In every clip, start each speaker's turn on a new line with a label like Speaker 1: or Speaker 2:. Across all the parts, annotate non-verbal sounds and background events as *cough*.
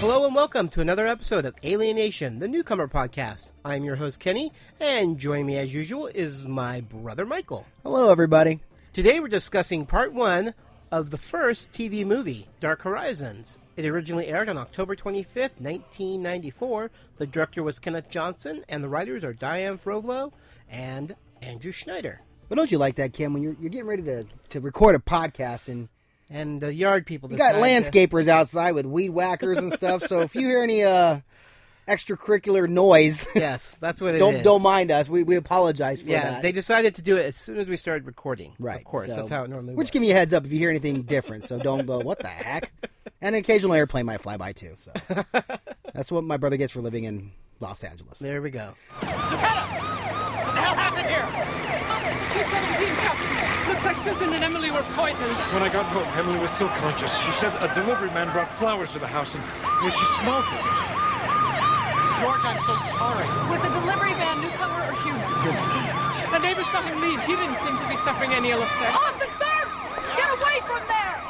Speaker 1: Hello and welcome to another episode of Alienation, the Newcomer Podcast. I'm your host, Kenny, and joining me as usual is my brother, Michael.
Speaker 2: Hello, everybody.
Speaker 1: Today we're discussing part one of the first TV movie, Dark Horizons. It originally aired on October 25th, 1994. The director was Kenneth Johnson, and the writers are Diane Frovlo and Andrew Schneider.
Speaker 2: Well, don't you like that, Kim? When you're, you're getting ready to, to record a podcast and
Speaker 1: And the yard people
Speaker 2: you got
Speaker 1: decided to-
Speaker 2: landscapers outside with weed whackers and stuff. so if you hear any uh, extracurricular noise,
Speaker 1: *laughs* yes, that's what it
Speaker 2: don't
Speaker 1: is.
Speaker 2: don't mind us. We, we apologize for
Speaker 1: Yeah,
Speaker 2: that.
Speaker 1: they decided to do it as soon as we started recording.
Speaker 2: right,
Speaker 1: of course,
Speaker 2: so
Speaker 1: that's how it normally
Speaker 2: We're
Speaker 1: works.
Speaker 2: just giving you a heads up if you hear anything different. So don't go, what the heck? And an occasional airplane might fly by too.
Speaker 1: *laughs*
Speaker 2: So that's what my brother gets for living in Los Angeles.
Speaker 1: There we go.
Speaker 3: What the hell happened here?
Speaker 4: 217 Captain. Looks like Susan and Emily were poisoned.
Speaker 5: When I got home, Emily was still conscious. She said a delivery man brought flowers to the house, and when she smelled them,
Speaker 3: George, I'm so sorry.
Speaker 6: Was a delivery man newcomer or human? *laughs*
Speaker 4: The neighbor saw him leave. He didn't seem to be suffering any ill effects.
Speaker 6: Officer! Get away from there!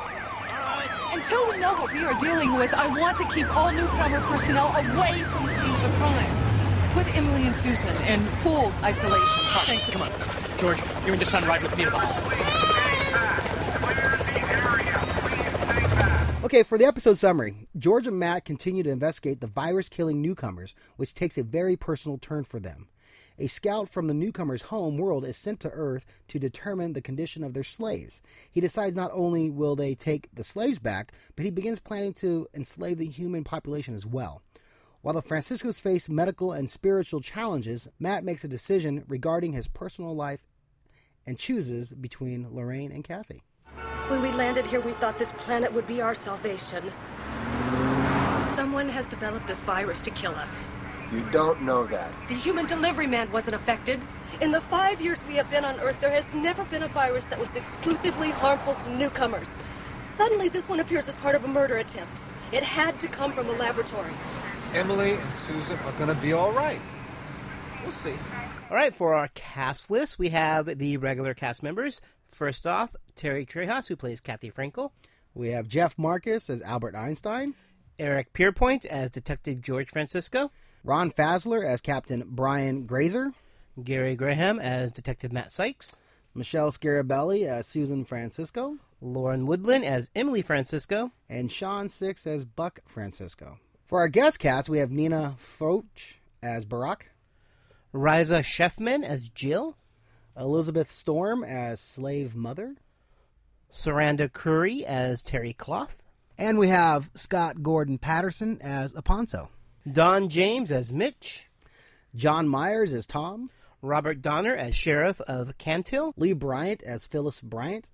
Speaker 6: Until we know what we are dealing with, I want to keep all newcomer personnel away from the scene of the crime. Put Emily and Susan in full isolation. Thanks. Come on.
Speaker 3: George, you and your son ride with me to the hospital.
Speaker 2: Okay, for the episode summary, George and Matt continue to investigate the virus killing newcomers, which takes a very personal turn for them. A scout from the newcomers' home world is sent to Earth to determine the condition of their slaves. He decides not only will they take the slaves back, but he begins planning to enslave the human population as well. While the Franciscos face medical and spiritual challenges, Matt makes a decision regarding his personal life and chooses between Lorraine and Kathy.
Speaker 7: When we landed here, we thought this planet would be our salvation. Someone has developed this virus to kill us.
Speaker 8: You don't know that.
Speaker 7: The human delivery man wasn't affected. In the five years we have been on Earth, there has never been a virus that was exclusively harmful to newcomers. Suddenly, this one appears as part of a murder attempt. It had to come from a laboratory.
Speaker 8: Emily and Susan are gonna be all right. We'll see.
Speaker 1: All right, for our cast list, we have the regular cast members. First off, Terry Trejas, who plays Kathy Frankel,
Speaker 2: We have Jeff Marcus as Albert Einstein,
Speaker 1: Eric Pierpoint as Detective George Francisco,
Speaker 2: Ron Fasler as Captain Brian Grazer,
Speaker 1: Gary Graham as Detective Matt Sykes,
Speaker 2: Michelle Scarabelli as Susan Francisco,
Speaker 1: Lauren Woodland as Emily Francisco,
Speaker 2: and Sean Six as Buck Francisco. For our guest cast, we have Nina Foch as Barack,
Speaker 1: Riza Sheffman as Jill,
Speaker 2: Elizabeth Storm as Slave Mother,
Speaker 1: Saranda Curry as Terry Cloth,
Speaker 2: and we have Scott Gordon Patterson as Aponso,
Speaker 1: Don James as Mitch,
Speaker 2: John Myers as Tom,
Speaker 1: Robert Donner as Sheriff of Cantil,
Speaker 2: Lee Bryant as Phyllis Bryant,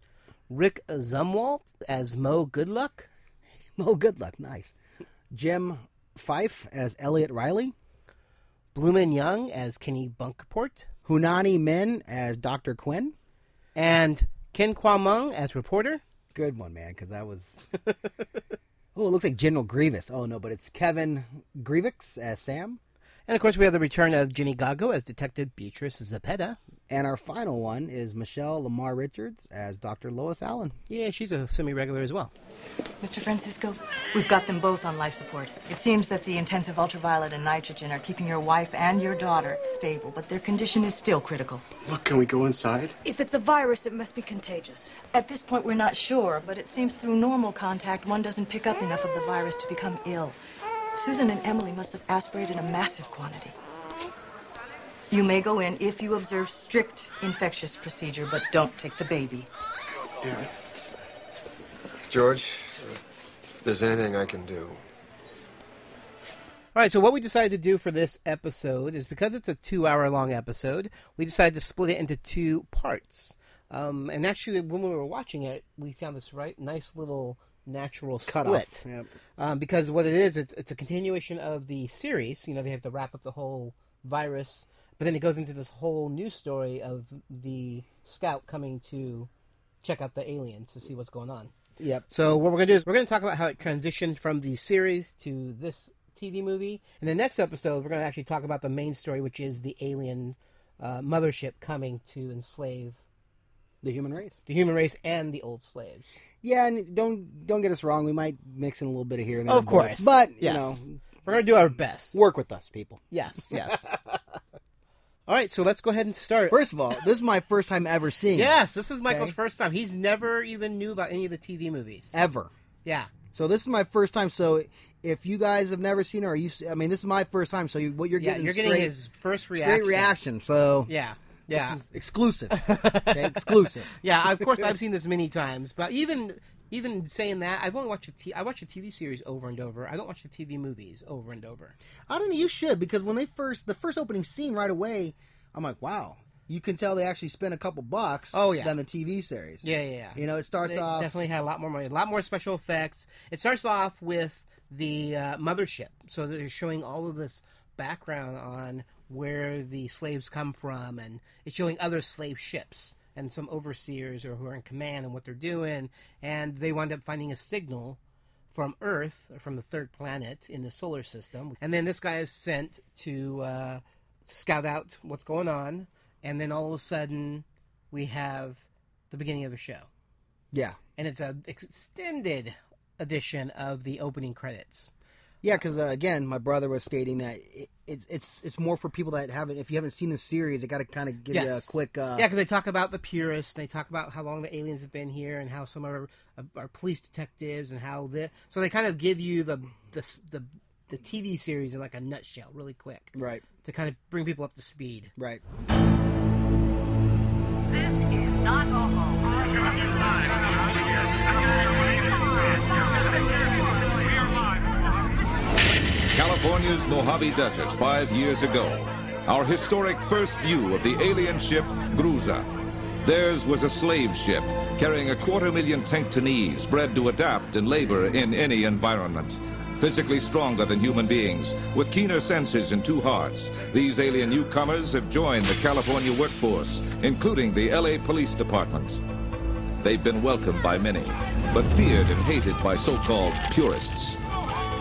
Speaker 1: Rick Zumwalt as Mo Goodluck,
Speaker 2: *laughs* Mo Goodluck, nice, Jim Fife as Elliot Riley,
Speaker 1: Blumen Young as Kenny Bunkport,
Speaker 2: Hunani Min as Dr. Quinn.
Speaker 1: and Ken Kwamung as reporter.
Speaker 2: Good one, man, because that was. *laughs* oh, it looks like General Grievous. Oh no, but it's Kevin Grievous as Sam,
Speaker 1: And of course, we have the return of Ginny Gago as Detective Beatrice Zepeda.
Speaker 2: and our final one is Michelle Lamar Richards as Dr. Lois Allen.
Speaker 1: Yeah, she's a semi regular as well.
Speaker 9: Mr. Francisco, we've got them both on life support. It seems that the intensive ultraviolet and nitrogen are keeping your wife and your daughter stable, but their condition is still critical.
Speaker 5: look, can we go inside?
Speaker 6: If it's a virus, it must be contagious.
Speaker 9: At this point, we're not sure, but it seems through normal contact, one doesn't pick up enough of the virus to become ill. Susan and Emily must have aspirated a massive quantity. You may go in if you observe strict infectious procedure, but don't take the baby.
Speaker 8: George, if there's anything I can do,
Speaker 1: All right, so what we decided to do for this episode is because it's a two hour long episode, we decided to split it into two parts. Um, and actually, when we were watching it, we found this right nice little natural
Speaker 2: Cut
Speaker 1: split.
Speaker 2: off, yep.
Speaker 1: Um, because what it is, it's, it's a continuation of the series. You know, they have to wrap up the whole virus But then it goes into this whole new story of the scout coming to check out the aliens to see what's going on.
Speaker 2: Yep.
Speaker 1: So what we're going to do is we're going to talk about how it transitioned from the series to this TV movie. In the next episode, we're going to actually talk about the main story, which is the alien uh, mothership coming to enslave
Speaker 2: the human race,
Speaker 1: the human race, and the old slaves.
Speaker 2: Yeah, and don't don't get us wrong. We might mix in a little bit of here and there.
Speaker 1: Of
Speaker 2: but-
Speaker 1: course.
Speaker 2: but you
Speaker 1: Yes.
Speaker 2: know,
Speaker 1: We're going to do our best.
Speaker 2: work with us, people.
Speaker 1: Yes, *laughs* yes. all right, so let's go ahead and start.
Speaker 2: First of all, this is my first time ever seeing. it,
Speaker 1: yes, this is Michael's
Speaker 2: Okay.
Speaker 1: first time. He's never even knew about any of the TV movies.
Speaker 2: ever.
Speaker 1: Yeah.
Speaker 2: So this is my first time. So if you guys have never seen it, or you, I mean, this is my first time. So you, what you're
Speaker 1: Yeah,
Speaker 2: getting,
Speaker 1: you're getting
Speaker 2: straight,
Speaker 1: his first reaction.
Speaker 2: straight reaction. So
Speaker 1: Yeah.
Speaker 2: this
Speaker 1: Yeah.
Speaker 2: is
Speaker 1: *laughs*
Speaker 2: exclusive, okay? exclusive.
Speaker 1: Yeah,
Speaker 2: *laughs*
Speaker 1: of course I've seen this many times, but even even saying that, I've only watched a t- I watch the TV series over and over. I don't watch the TV movies over and over.
Speaker 2: I don't know. You should because when they first the first opening scene right away, I'm like, wow. You can tell they actually spent a couple bucks.
Speaker 1: Oh, yeah.
Speaker 2: than the TV series.
Speaker 1: Yeah, yeah, yeah.
Speaker 2: You know, it starts
Speaker 1: They
Speaker 2: off
Speaker 1: definitely had a lot more money, a lot more special effects. It starts off with the uh, mothership, so they're showing all of this background on where the slaves come from, and it's showing other slave ships and some overseers or who are in command and what they're doing, and they wind up finding a signal from Earth, from the third planet in the solar system. And then this guy is sent to uh, scout out what's going on. And then all of a sudden, we have the beginning of the show.
Speaker 2: Yeah,
Speaker 1: And it's an extended edition of the opening credits.
Speaker 2: yeah. Because uh, again, my brother was stating that it, it's it's it's more for people that haven't. If you haven't seen the series, it got to kind of give you a quick. Uh,
Speaker 1: yeah, because they talk about the purists. and They talk about how long the aliens have been here and how some are uh, are police detectives and how the so they kind of give you the the the, the TV series in like a nutshell, really quick,
Speaker 2: Right.
Speaker 1: to kind of bring people up to speed.
Speaker 2: Right.
Speaker 10: California's Mojave Desert five years ago. Our historic first view of the alien ship Gruza. Theirs was a slave ship carrying a quarter million Tanktonese bred to adapt and labor in any environment. Physically stronger than human beings, with keener senses and two hearts, these alien newcomers have joined the California workforce, including the LA Police Department. They've been welcomed by many, but feared and hated by so called purists.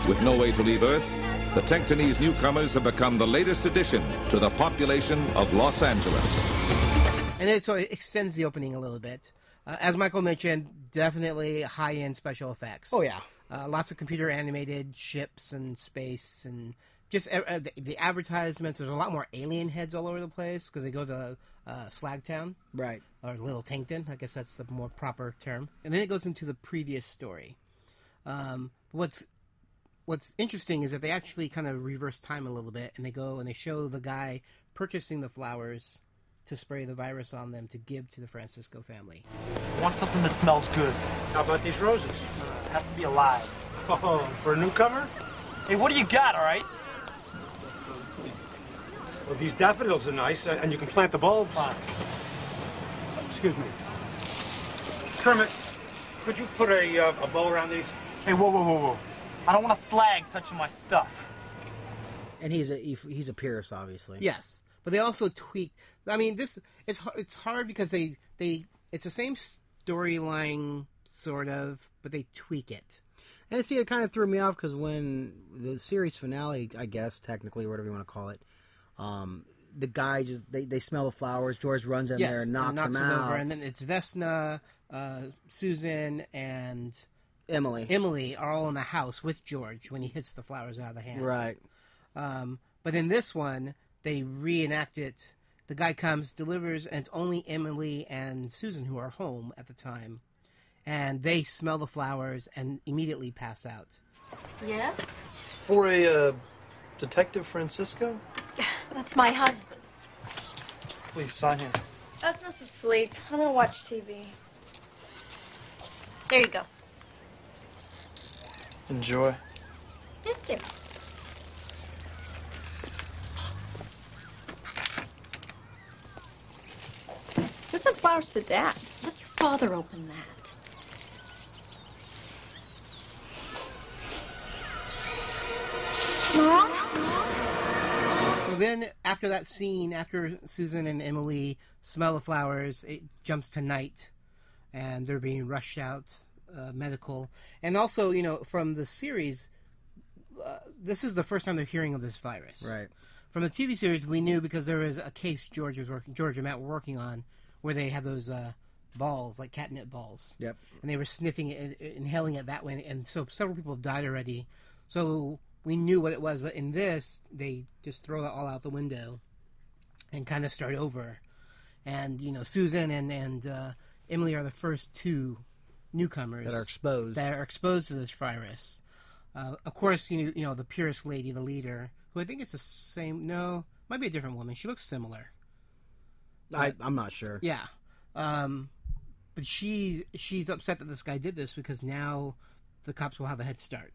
Speaker 10: With no way to leave Earth, the Tectonese newcomers have become the latest addition to the population of Los Angeles.
Speaker 1: And then so it extends the opening a little bit. Uh, as Michael mentioned, definitely high end special effects.
Speaker 2: Oh, yeah.
Speaker 1: uh, lots of computer animated ships and space and just uh, uh, the, the advertisements. There's a lot more alien heads all over the place because they go to uh, Slag Town
Speaker 2: Right.
Speaker 1: or Little Tankton. I guess that's the more proper term. And then it goes into the previous story. Um, what's what's interesting is that they actually kind of reverse time a little bit, and they go and they show the guy purchasing the flowers to spray the virus on them to give to the Francisco family.
Speaker 3: Want something that smells good. Uh,
Speaker 5: How about these roses?
Speaker 3: has to be alive.
Speaker 5: Oh, for a newcomer?
Speaker 3: Hey, what do you got, all right?
Speaker 5: Well, these daffodils are nice, uh, and you can plant the bulbs. Excuse me. Kermit, could you put a, uh, a bow around these?
Speaker 3: Hey, whoa, whoa, whoa, whoa. I don't want a slag touching my stuff.
Speaker 2: And he's a he- he's a purist, obviously.
Speaker 1: Yes, but they also tweak. I mean, this it's har- it's hard because they they it's the same storyline sort of, but they tweak it.
Speaker 2: And see, it kind of threw me off because when the series finale, I guess technically, whatever you want to call it, um, the guy just they, they smell the flowers. George runs in there and knocks, him
Speaker 1: it
Speaker 2: out.
Speaker 1: over, and then it's Vesna, uh, Susan, and
Speaker 2: Emily.
Speaker 1: Emily are all in the house with George when he hits the flowers out of the hand.
Speaker 2: Right.
Speaker 1: Um, but in this one, they reenact it. The guy comes, delivers, and it's only Emily and Susan who are home at the time. And they smell the flowers and immediately pass out.
Speaker 11: Yes?
Speaker 12: For a uh, Detective Francisco?
Speaker 11: That's my husband.
Speaker 12: Please sign here.
Speaker 11: Esma's asleep. I'm gonna watch TV. There you go.
Speaker 12: Enjoy.
Speaker 11: Thank you. Who sent flowers to Dad? Let your father open that. Mom?
Speaker 1: So then after that scene, after Susan and Emily smell the flowers, it jumps to night, and they're being rushed out uh, medical. And also, you know, from the series, uh, this is the first time they're hearing of this virus.
Speaker 2: Right.
Speaker 1: From the TV series, we knew because there was a case George was working, George and Matt were working on, where they have those uh, balls, like catnip balls.
Speaker 2: Yep.
Speaker 1: And they were sniffing it, and inhaling it that way, and so several people have died already. So we knew what it was, but in this, they just throw it all out the window, and kind of start over. And you know, Susan and and uh, Emily are the first two newcomers
Speaker 2: That are exposed.
Speaker 1: that are exposed to this virus. Uh, of course, you know, you know the purest lady, the leader, who I think is the same. No, might be a different woman. She looks similar.
Speaker 2: I, I'm not sure.
Speaker 1: Yeah. Um, but she she's upset that this guy did this because now the cops will have a head start.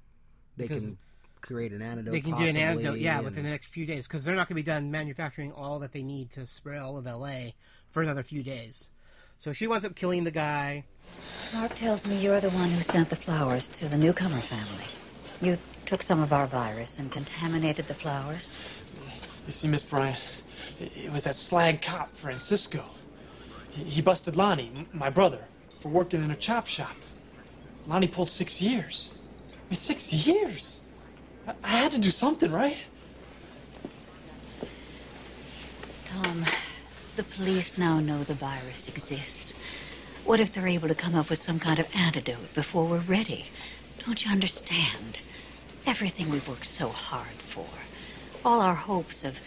Speaker 2: They
Speaker 1: Because
Speaker 2: can create an antidote.
Speaker 1: they can do an
Speaker 2: possibly,
Speaker 1: antidote, yeah,
Speaker 2: and-
Speaker 1: within the next few days because they're not going to be done manufacturing all that they need to spread all of LA for another few days. So she winds up killing the guy.
Speaker 13: Mark tells me you're the one who sent the flowers to the newcomer family. You took some of our virus and contaminated the flowers.
Speaker 3: You see, Miss Bryant, it it was that slag cop, Francisco. He, he busted Lonnie, m- my brother, for working in a chop shop. Lonnie pulled six years. I mean, six years? I, I had to do something, right?
Speaker 13: Tom, the police now know the virus exists. What if they're able to come up with some kind of antidote before we're ready? Don't you understand? Everything we've worked so hard for, all our hopes of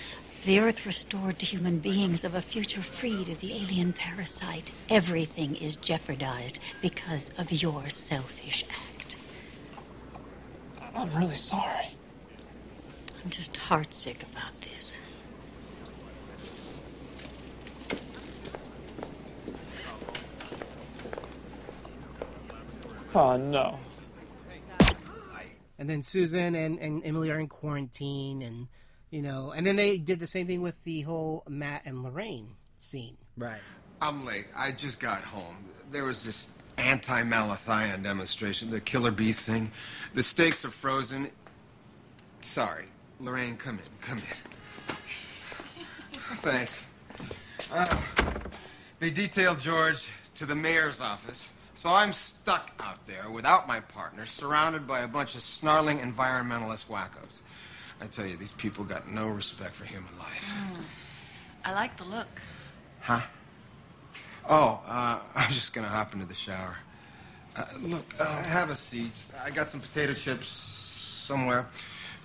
Speaker 13: the earth restored to human beings, of a future freed of the alien parasite, everything is jeopardized because of your selfish act.
Speaker 3: I'm really sorry.
Speaker 13: I'm just heartsick about this.
Speaker 3: Oh, no.
Speaker 1: and then Susan and, and Emily are in quarantine, and you know, and then they did the same thing with the whole Matt and Lorraine scene.
Speaker 2: Right.
Speaker 8: I'm late. I just got home. There was this anti malathion demonstration, the killer bee thing. The steaks are frozen. Sorry. Lorraine, come in. Come in. Thanks. Uh, they detailed George to the mayor's office, so I'm stuck out there without my partner, surrounded by a bunch of snarling environmentalist wackos. I tell you, these people got no respect for human life.
Speaker 11: Mm. I like the look.
Speaker 8: Huh? Oh, uh, *laughs* I was just gonna hop into the shower. Uh, look, uh, have a seat. I got some potato chips somewhere.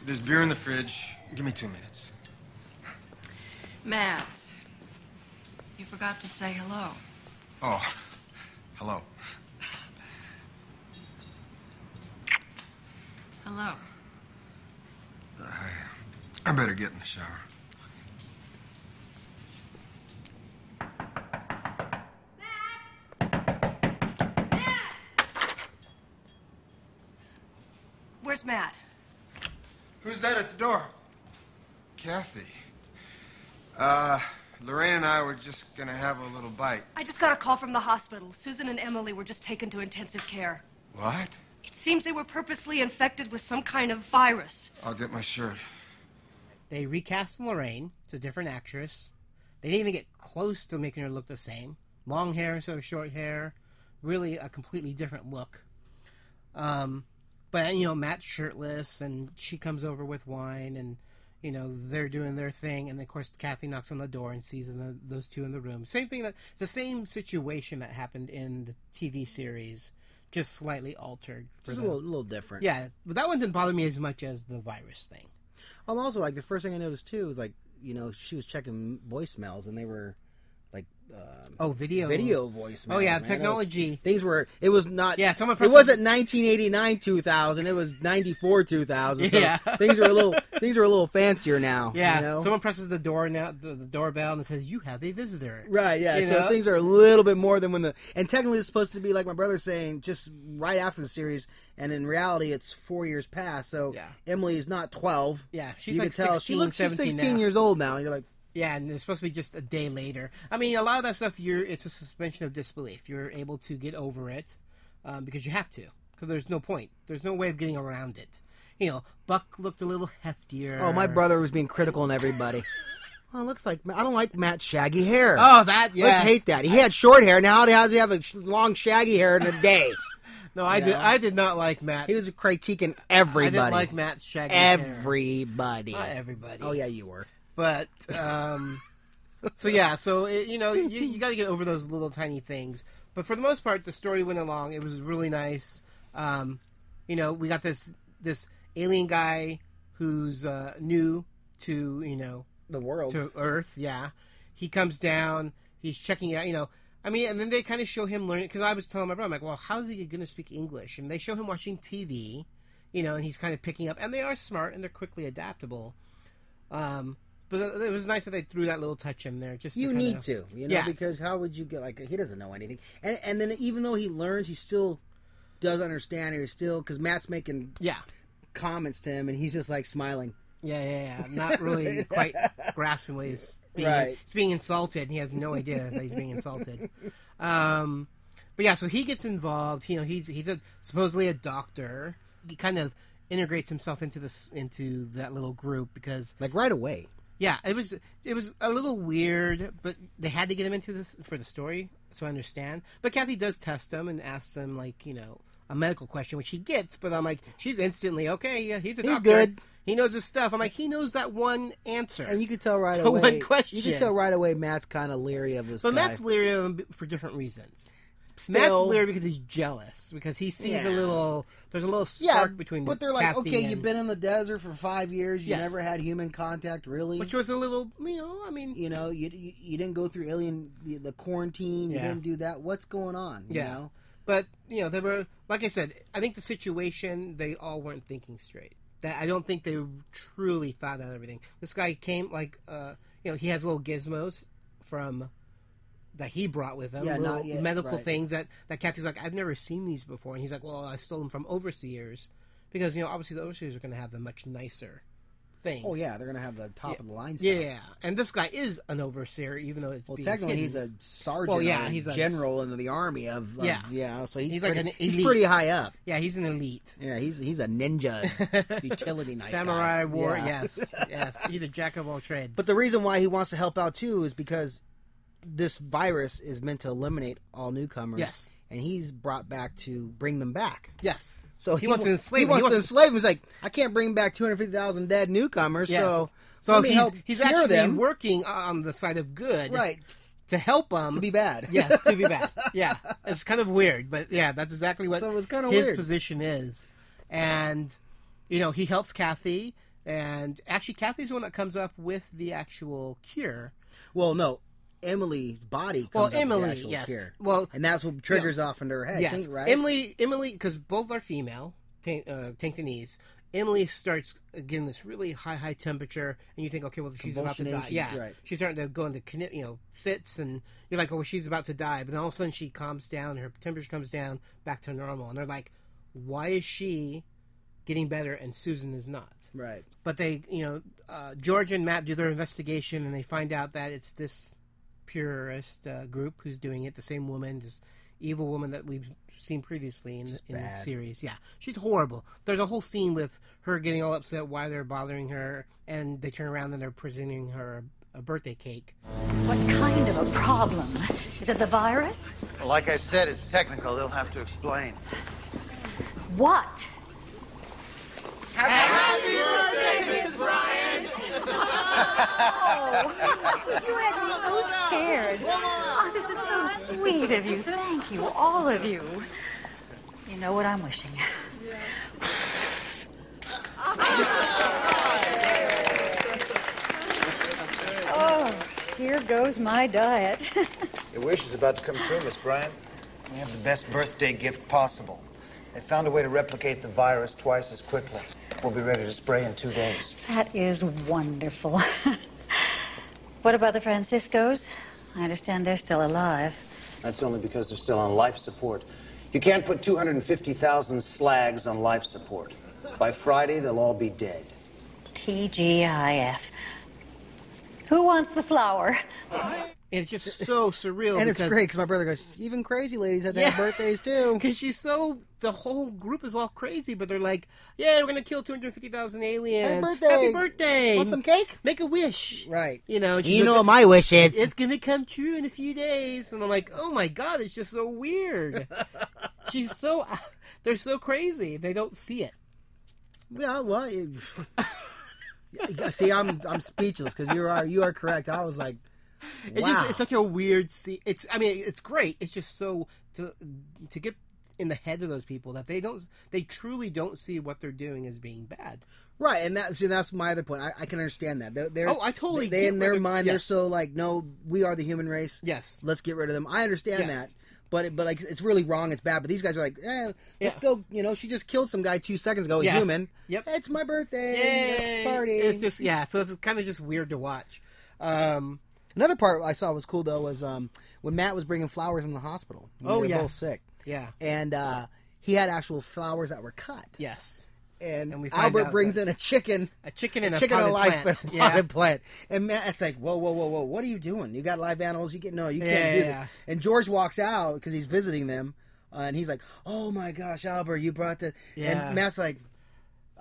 Speaker 8: There's beer in the fridge. Give me two minutes.
Speaker 11: Matt, you forgot to say hello.
Speaker 8: Oh, *laughs* hello.
Speaker 11: Hello.
Speaker 8: I better get in the shower.
Speaker 7: Where's Matt?
Speaker 8: Who's that at the door? Kathy. Uh, Lorraine and I were just gonna have a little bite.
Speaker 7: I just got a call from the hospital. Susan and Emily were just taken to intensive care.
Speaker 8: *laughs* What?
Speaker 7: It seems they were purposely infected with some kind of virus.
Speaker 8: I'll get my shirt.
Speaker 1: They recast Lorraine; it's a different actress. They didn't even get close to making her look the same. Long hair instead of short hair, really a completely different look. Um, but you know, Matt's shirtless, and she comes over with wine, and you know they're doing their thing, and of course Kathy knocks on the door and sees the, those two in the room. Same thing that it's the same situation that happened in the TV series, just slightly altered.
Speaker 2: Just a
Speaker 1: the-
Speaker 2: little, little different.
Speaker 1: yeah, but that one didn't bother me as much as the virus thing.
Speaker 2: I'm also like the first thing I noticed too was like you know she was checking voicemails and they were like um,
Speaker 1: Oh, video,
Speaker 2: video voicemails.
Speaker 1: Oh yeah,
Speaker 2: man. That was-
Speaker 1: technology.
Speaker 2: things were it was not
Speaker 1: Yeah, someone
Speaker 2: it
Speaker 1: pressed-
Speaker 2: wasn't 1989 2000 it was 94 2000 so
Speaker 1: Yeah.
Speaker 2: *laughs* things are a little things are a little fancier now
Speaker 1: Yeah,
Speaker 2: you know?
Speaker 1: someone presses the door now, the, the doorbell, and says, "You have a visitor."
Speaker 2: Right, yeah.
Speaker 1: You
Speaker 2: so
Speaker 1: know?
Speaker 2: things are a little bit more than when the and technically it's supposed to be like my brother's saying, just right after the series, and in reality it's four years past. So Emily is not twelve.
Speaker 1: Yeah, she's
Speaker 2: you
Speaker 1: like
Speaker 2: can tell
Speaker 1: 16,
Speaker 2: she looks she's
Speaker 1: 17
Speaker 2: sixteen
Speaker 1: now.
Speaker 2: years old now. You're like,
Speaker 1: Yeah, and it's supposed to be just a day later. I mean, a lot of that stuff, you're it's a suspension of disbelief. You're able to get over it um, because you have to, because there's no point. There's no way of getting around it. You know, Buck looked a little heftier.
Speaker 2: Oh, my brother was being critical on
Speaker 1: *laughs*
Speaker 2: everybody. well, it looks like I don't like Matt's shaggy hair.
Speaker 1: Oh, that, yes.
Speaker 2: Let's hate that. He had short hair. Now how does he have a sh- long shaggy hair in a day?
Speaker 1: *laughs* No, I did. I did not like Matt.
Speaker 2: He was critiquing everybody.
Speaker 1: I didn't like Matt's shaggy hair.
Speaker 2: Everybody.
Speaker 1: Not everybody.
Speaker 2: Oh yeah, you were.
Speaker 1: But um, so yeah, so it, you know, you, you got to get over those little tiny things. But for the most part, the story went along. It was really nice. Um, you know, we got this this alien guy who's uh, new to you know
Speaker 2: the world
Speaker 1: to Earth. Yeah, he comes down. He's checking out. You know, I mean, and then they kind of show him learning because I was telling my brother, I'm like, well, how's he going to speak English? And they show him watching TV, you know, and he's kind of picking up. And they are smart and they're quickly adaptable. Um, but it was nice that they threw that little touch in there. Just to
Speaker 2: you
Speaker 1: kind
Speaker 2: need
Speaker 1: of-
Speaker 2: to, you know,
Speaker 1: Yeah.
Speaker 2: because how would you get like he doesn't know anything, and and then even though he learns, he still does understand. He still because Matt's making
Speaker 1: yeah
Speaker 2: comments to him, and he's just like smiling.
Speaker 1: Yeah,
Speaker 2: *laughs*
Speaker 1: yeah, yeah. Not really quite grasping what he's being.
Speaker 2: Right.
Speaker 1: He's being insulted, and he has no idea that he's being insulted. Um, but yeah, so he gets involved. You know, he's he's a, supposedly a doctor. He kind of integrates himself into this into that little group because
Speaker 2: like right away.
Speaker 1: Yeah, it was it was a little weird, but they had to get him into this for the story, so I understand. But Kathy does test him and asks him like you know a medical question, which he gets. But I'm like, she's instantly okay. Yeah, he's a
Speaker 2: He's
Speaker 1: doctor.
Speaker 2: good.
Speaker 1: He knows his stuff. I'm like, he knows that one answer.
Speaker 2: And you could tell right
Speaker 1: *laughs* The
Speaker 2: away.
Speaker 1: one question.
Speaker 2: You could tell right away Matt's kind of leery of this.
Speaker 1: But
Speaker 2: guy.
Speaker 1: Matt's leery of him for different reasons. Matt's
Speaker 2: Still-
Speaker 1: leery because he's jealous because he sees
Speaker 2: Yeah.
Speaker 1: a little. There's a little
Speaker 2: Yeah,
Speaker 1: spark between.
Speaker 2: but they're like,
Speaker 1: Kathy
Speaker 2: okay,
Speaker 1: and-
Speaker 2: you've been in the desert for five years. You
Speaker 1: Yes.
Speaker 2: never had human contact, really.
Speaker 1: which was a little, you know, I mean,
Speaker 2: you know, you you, you didn't go through alien the, the quarantine. You
Speaker 1: Yeah.
Speaker 2: didn't do that. What's going on? You know?
Speaker 1: But you know, they were like I said, I think the situation they all weren't thinking straight. That I don't think they truly thought out everything. This guy came like uh you know, he has little gizmos from that he brought with him,
Speaker 2: Yeah,
Speaker 1: little
Speaker 2: not yet,
Speaker 1: medical
Speaker 2: right.
Speaker 1: things that that Kathy's like, I've never seen these before, and he's like, Well, I stole them from overseers, because you know, obviously the overseers are going to have the much nicer things.
Speaker 2: Oh yeah, they're gonna have the top of the line. Stuff.
Speaker 1: yeah, yeah, and this guy is an overseer, even though it's
Speaker 2: Well,
Speaker 1: being
Speaker 2: technically,
Speaker 1: hidden.
Speaker 2: he's a sergeant.
Speaker 1: Well, yeah,
Speaker 2: or
Speaker 1: he's a-
Speaker 2: general in the army of, of yeah.
Speaker 1: Yeah.
Speaker 2: So he's,
Speaker 1: He's like
Speaker 2: pretty,
Speaker 1: an
Speaker 2: he's
Speaker 1: elite.
Speaker 2: pretty high up.
Speaker 1: yeah, he's an elite.
Speaker 2: Yeah, he's he's a
Speaker 1: *laughs*
Speaker 2: ninja utility knife. guy.
Speaker 1: Samurai war,
Speaker 2: Yeah. *laughs*
Speaker 1: yes, yes. He's a jack of all trades.
Speaker 2: But the reason why he wants to help out too is because this virus is meant to eliminate all newcomers.
Speaker 1: Yes.
Speaker 2: And he's brought back to bring them back.
Speaker 1: yes,
Speaker 2: So
Speaker 1: He wants to
Speaker 2: wa-
Speaker 1: enslave
Speaker 2: He
Speaker 1: them.
Speaker 2: wants
Speaker 1: He
Speaker 2: to
Speaker 1: wants to-
Speaker 2: enslave them. He's like, I can't bring back 250,000 dead newcomers.
Speaker 1: yes.
Speaker 2: So,
Speaker 1: so
Speaker 2: let me
Speaker 1: he's
Speaker 2: help
Speaker 1: he's
Speaker 2: cure
Speaker 1: actually
Speaker 2: them.
Speaker 1: working on the side of good,
Speaker 2: Right.
Speaker 1: To help them
Speaker 2: To be bad.
Speaker 1: *laughs* yes, to be bad. Yeah, it's kind of weird, but yeah, that's exactly what
Speaker 2: So it was kinda
Speaker 1: his
Speaker 2: weird.
Speaker 1: position is. And you know, he helps Kathy, and actually, Kathy's the one that comes up with the actual cure.
Speaker 2: Well, no. Emily's body. Comes
Speaker 1: Well,
Speaker 2: up with the
Speaker 1: Emily,
Speaker 2: actual
Speaker 1: yes.
Speaker 2: cure.
Speaker 1: Well,
Speaker 2: and that's what triggers off into her head.
Speaker 1: yes,
Speaker 2: think, right?
Speaker 1: Emily, Emily, because both are female, tank, uh, tank Denise. Emily starts getting this really high, high temperature, and you think, okay, well, she's about to die.
Speaker 2: Convulsionations,
Speaker 1: Yeah,
Speaker 2: right.
Speaker 1: she's starting to go into conni- you know fits, and you're like, oh, well, she's about to die. But then all of a sudden, she calms down, her temperature comes down back to normal, and they're like, why is she getting better and Susan is not?
Speaker 2: Right.
Speaker 1: But they, you know, uh, George and Matt do their investigation, and they find out that it's this purist uh, group who's doing it. The same woman, this evil woman that we've seen previously in, in the
Speaker 2: bad.
Speaker 1: series. Yeah, she's horrible. There's a whole scene with her getting all upset why they're bothering her, and they turn around and they're presenting her a birthday cake.
Speaker 13: What kind of a problem? Is it the virus?
Speaker 14: Well, like I said, it's technical. They'll have to explain.
Speaker 13: What?
Speaker 1: *laughs*
Speaker 11: You had me so scared. Oh, this is so
Speaker 13: Sweet of you. Thank you, all of you. You know what I'm wishing. oh, here goes my diet.
Speaker 14: Your wish is about to come true, Miss Bryant. We have the best birthday gift possible. They found a way to replicate the virus twice as quickly. We'll be ready to spray in two days.
Speaker 13: that is wonderful. what about the Franciscos? I understand they're still alive.
Speaker 14: That's only because they're still on life support. You can't put 250,000 slags on life support. By Friday, they'll all be dead.
Speaker 13: TGIF. Who wants the flower?
Speaker 1: It's just so surreal.
Speaker 2: And it's
Speaker 1: because-
Speaker 2: great because my brother goes, even crazy ladies have to have
Speaker 1: Yeah. *laughs*
Speaker 2: birthdays too.
Speaker 1: because she's so the whole group is all crazy, but they're like, "Yeah, we're gonna kill 250,000 aliens.
Speaker 2: Happy birthday.
Speaker 1: Happy birthday!
Speaker 2: Want some cake?
Speaker 1: Make a wish.
Speaker 2: Right.
Speaker 1: You know. she
Speaker 2: You
Speaker 1: goes,
Speaker 2: know what my wish is.
Speaker 1: It's gonna come true in a few days." And I'm like, "Oh my god, it's just so
Speaker 2: *laughs*
Speaker 1: weird. She's so, *laughs* they're so crazy. They don't see it."
Speaker 2: Yeah, well, it, *laughs* Yeah, see, I'm I'm speechless because you are you are correct. I was like, wow.
Speaker 1: It's just it's such a weird scene. It's I mean it's great. It's just so to to get in the head of those people that they don't they truly don't see what they're doing as being bad.
Speaker 2: Right, and that's see, that's my other point. I, I can understand that. They're, they're-
Speaker 1: Oh, I totally
Speaker 2: They,
Speaker 1: get
Speaker 2: in
Speaker 1: where
Speaker 2: their
Speaker 1: they're-
Speaker 2: mind, they're
Speaker 1: yes.
Speaker 2: so like, no, we are the human race.
Speaker 1: Yes,
Speaker 2: let's get rid of them. I understand
Speaker 1: Yes.
Speaker 2: that, but it, but like, it's really wrong. It's bad. But these guys are like, eh, let's
Speaker 1: Yeah.
Speaker 2: go. You know, she just killed some guy two seconds ago. A
Speaker 1: Yeah.
Speaker 2: human.
Speaker 1: Yep.
Speaker 2: It's my birthday.
Speaker 1: Yay.
Speaker 2: Let's party.
Speaker 1: It's just yeah. So it's kind of just weird to watch. Um,
Speaker 2: Another part I saw was cool though was um, when Matt was bringing flowers from the hospital. when
Speaker 1: Oh,
Speaker 2: they were
Speaker 1: yes.
Speaker 2: both sick.
Speaker 1: Yeah.
Speaker 2: and uh, he had actual flowers that were cut.
Speaker 1: Yes.
Speaker 2: And,
Speaker 1: we find
Speaker 2: Albert
Speaker 1: out
Speaker 2: brings
Speaker 1: that-
Speaker 2: in a chicken,
Speaker 1: A chicken and a
Speaker 2: chicken
Speaker 1: potted
Speaker 2: alive,
Speaker 1: plant.
Speaker 2: *laughs* but a
Speaker 1: Yeah.
Speaker 2: potted plant. And Matt's like, whoa, whoa, whoa, whoa, what are you doing? You got live animals? You get no, you can't
Speaker 1: Yeah,
Speaker 2: do
Speaker 1: yeah, yeah.
Speaker 2: this. And George walks out because he's visiting them, uh, and he's like, oh my gosh, Albert, you brought the.
Speaker 1: Yeah.
Speaker 2: And Matt's like,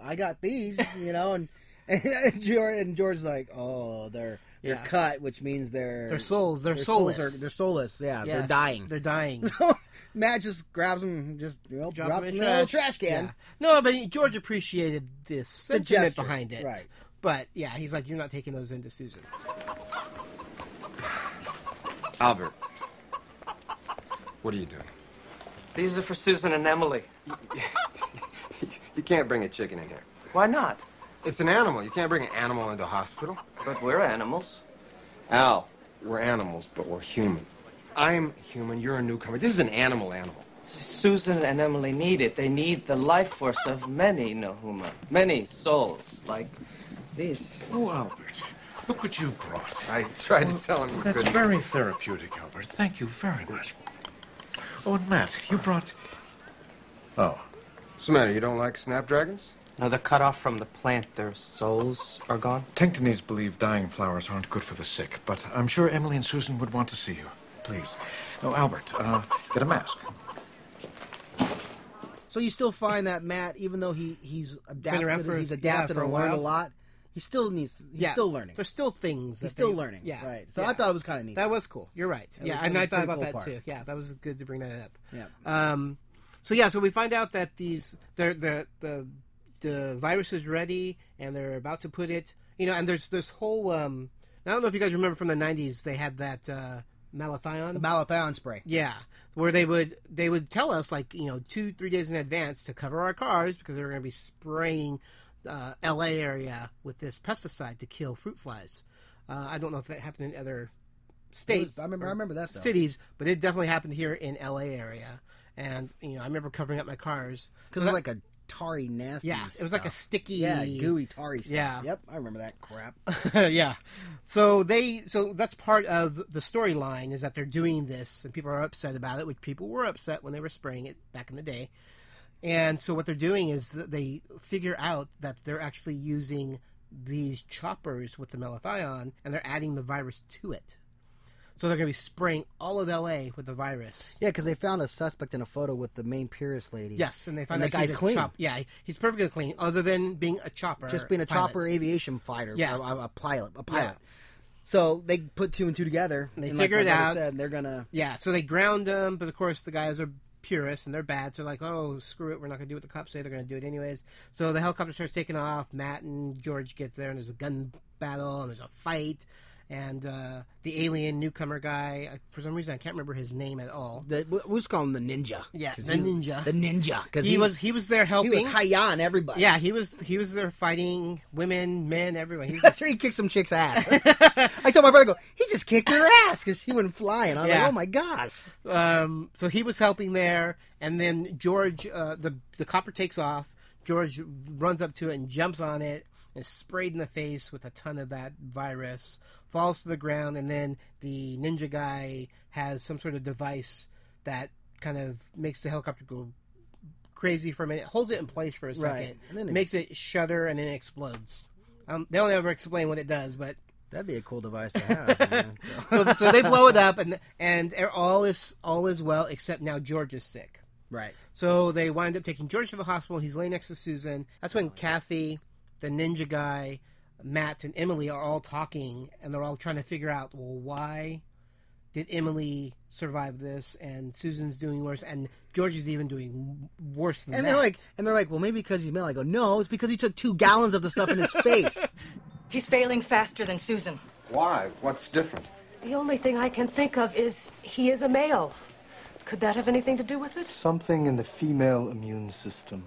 Speaker 2: I got these, you know, and *laughs* and George and George's like, oh, they're they're
Speaker 1: Yeah.
Speaker 2: cut, which means they're
Speaker 1: Their souls- they're
Speaker 2: souls
Speaker 1: soulless.
Speaker 2: are- they're soulless. Yeah, they're
Speaker 1: Yes,
Speaker 2: dying.
Speaker 1: They're dying.
Speaker 2: *laughs* Matt just grabs them, and just you know,
Speaker 1: Drop
Speaker 2: drops them
Speaker 1: them in
Speaker 2: in the little
Speaker 1: trash.
Speaker 2: trash can.
Speaker 1: Yeah. No, but George appreciated the sentiment
Speaker 2: gesture,
Speaker 1: behind it.
Speaker 2: right.
Speaker 1: But yeah, he's like, you're not taking those into Susan.
Speaker 8: Albert, what are you doing?
Speaker 12: These are for Susan and Emily.
Speaker 8: You can't bring a chicken in here.
Speaker 12: Why not?
Speaker 8: It's an animal. You can't bring an animal into a hospital.
Speaker 12: But we're animals.
Speaker 8: Al, we're animals, but we're human. I'm human. You're a newcomer. This is an animal animal.
Speaker 12: Susan and Emily need it. They need the life force of many Nohuma, many souls like these.
Speaker 15: Oh, Albert, look what you brought.
Speaker 8: I tried to tell him we
Speaker 15: That's
Speaker 8: couldn't.
Speaker 15: very therapeutic, Albert. Thank you very much. Oh, and Matt, you brought.
Speaker 8: Oh. What's the matter? You don't like snapdragons?
Speaker 12: No, they're cut off from the plant. Their souls are gone.
Speaker 15: Tinctonies believe dying flowers aren't good for the sick, but I'm sure Emily and Susan would want to see you. Please. Oh, Albert, uh, get a mask.
Speaker 2: So you still find that Matt, even though he he's
Speaker 1: around
Speaker 2: adapted,
Speaker 1: for-
Speaker 2: he's
Speaker 1: yeah,
Speaker 2: adapted
Speaker 1: for a
Speaker 2: and learned a
Speaker 1: while.
Speaker 2: lot. He still needs. He's
Speaker 1: Yeah.
Speaker 2: still learning.
Speaker 1: There's still things.
Speaker 2: He's
Speaker 1: that
Speaker 2: still
Speaker 1: they-
Speaker 2: learning.
Speaker 1: Yeah.
Speaker 2: Right. So
Speaker 1: Yeah.
Speaker 2: I thought it was kind of neat.
Speaker 1: That was cool. You're right.
Speaker 2: That
Speaker 1: yeah,
Speaker 2: was-
Speaker 1: and
Speaker 2: that was
Speaker 1: I
Speaker 2: a
Speaker 1: thought
Speaker 2: pretty
Speaker 1: about
Speaker 2: cool
Speaker 1: that
Speaker 2: part.
Speaker 1: too. Yeah, that was good to bring that up.
Speaker 2: Yeah.
Speaker 1: Um, so yeah, so we find out that these they're the the the virus is ready and they're about to put it. You know, and there's this whole. Um, I don't know if you guys remember from the '90s. They had that uh, malathion.
Speaker 2: The malathion spray.
Speaker 1: Yeah, where they would they would tell us like you know two three days in advance to cover our cars because they were going to be spraying uh, L.A. area with this pesticide to kill fruit flies. Uh, I don't know if that happened in other states.
Speaker 2: I remember- I
Speaker 1: or
Speaker 2: remember that, though.
Speaker 1: cities, but it definitely happened here in L.A. area. And you know, I remember covering up my cars
Speaker 2: Because
Speaker 1: So
Speaker 2: it's
Speaker 1: that-
Speaker 2: like a tarry nasty.
Speaker 1: yeah, it was like a
Speaker 2: stuff.
Speaker 1: sticky,
Speaker 2: Yeah, gooey tarry stuff.
Speaker 1: Yeah.
Speaker 2: Yep, I remember that crap.
Speaker 1: *laughs* yeah. So they so that's part of the storyline is that they're doing this and people are upset about it, which people were upset when they were spraying it back in the day. And so what they're doing is that they figure out that they're actually using these choppers with the malathion and they're adding the virus to it. So they're going to be spraying all of LA with the virus.
Speaker 2: Yeah, because they found a suspect in a photo with the main purist lady.
Speaker 1: Yes, and they find
Speaker 2: the
Speaker 1: out he's
Speaker 2: guy's
Speaker 1: a
Speaker 2: clean.
Speaker 1: chop- yeah, he's perfectly clean, other than being a chopper.
Speaker 2: just being a
Speaker 1: pilot.
Speaker 2: chopper aviation fighter.
Speaker 1: Yeah.
Speaker 2: a, a- a pilot. A
Speaker 1: Yeah.
Speaker 2: pilot. So they put two and two together.
Speaker 1: And they
Speaker 2: and like
Speaker 1: figure
Speaker 2: my
Speaker 1: it
Speaker 2: brother
Speaker 1: out.
Speaker 2: said, and they're gonna.
Speaker 1: Yeah, so they ground them, but of course the guys are purists and they're bad. So like, oh screw it, we're not gonna do what the cops say. They're gonna do it anyways. So the helicopter starts taking off. Matt and George get there, and there's a gun battle, and there's a fight, and uh, the alien newcomer guy. I- For some reason, I can't remember his name at all.
Speaker 2: The, we- we'll just call him the ninja.
Speaker 1: Yeah,
Speaker 2: 'Cause
Speaker 1: the
Speaker 2: he-
Speaker 1: ninja.
Speaker 2: The ninja. Because
Speaker 1: He, was he was there
Speaker 2: he
Speaker 1: helping.
Speaker 2: was high on everybody.
Speaker 1: yeah, he was he was there fighting women, men, everyone. He
Speaker 2: *laughs* That's where he kicked some chick's
Speaker 1: *laughs*
Speaker 2: ass. I told my brother, "Go! He just kicked her ass because she went flying." I'm
Speaker 1: Yeah.
Speaker 2: like, "Oh my gosh!"
Speaker 1: um, so he was helping there, and then George, uh, the the copper takes off. George runs up to it and jumps on it, is sprayed in the face with a ton of that virus, falls to the ground, and then the ninja guy has some sort of device that kind of makes the helicopter go crazy for a minute, holds it in place for a second,
Speaker 2: Right. And then it-
Speaker 1: makes it shudder, and then it explodes. Um, they don't ever explain what it does, but
Speaker 2: That'd be a cool device to have.
Speaker 1: *laughs*
Speaker 2: man.
Speaker 1: so, so they blow it up, and and all is all is well, except now George is sick.
Speaker 2: Right.
Speaker 1: So they wind up taking George to the hospital. He's laying next to Susan. That's
Speaker 2: Oh,
Speaker 1: when Kathy, the ninja guy, Matt, and Emily are all talking, and they're all trying to figure out, well, why did Emily survive this, and Susan's doing worse, and George is even doing worse than
Speaker 2: And
Speaker 1: that.
Speaker 2: they're like, and they're like, well, maybe because he's mad. I go, no, it's because he took two gallons of the stuff in his
Speaker 1: *laughs*
Speaker 2: face.
Speaker 9: He's failing faster than Susan.
Speaker 8: Why? What's different?
Speaker 9: The only thing I can think of is he is a male. Could that have anything to do with it?
Speaker 8: Something in the female immune system.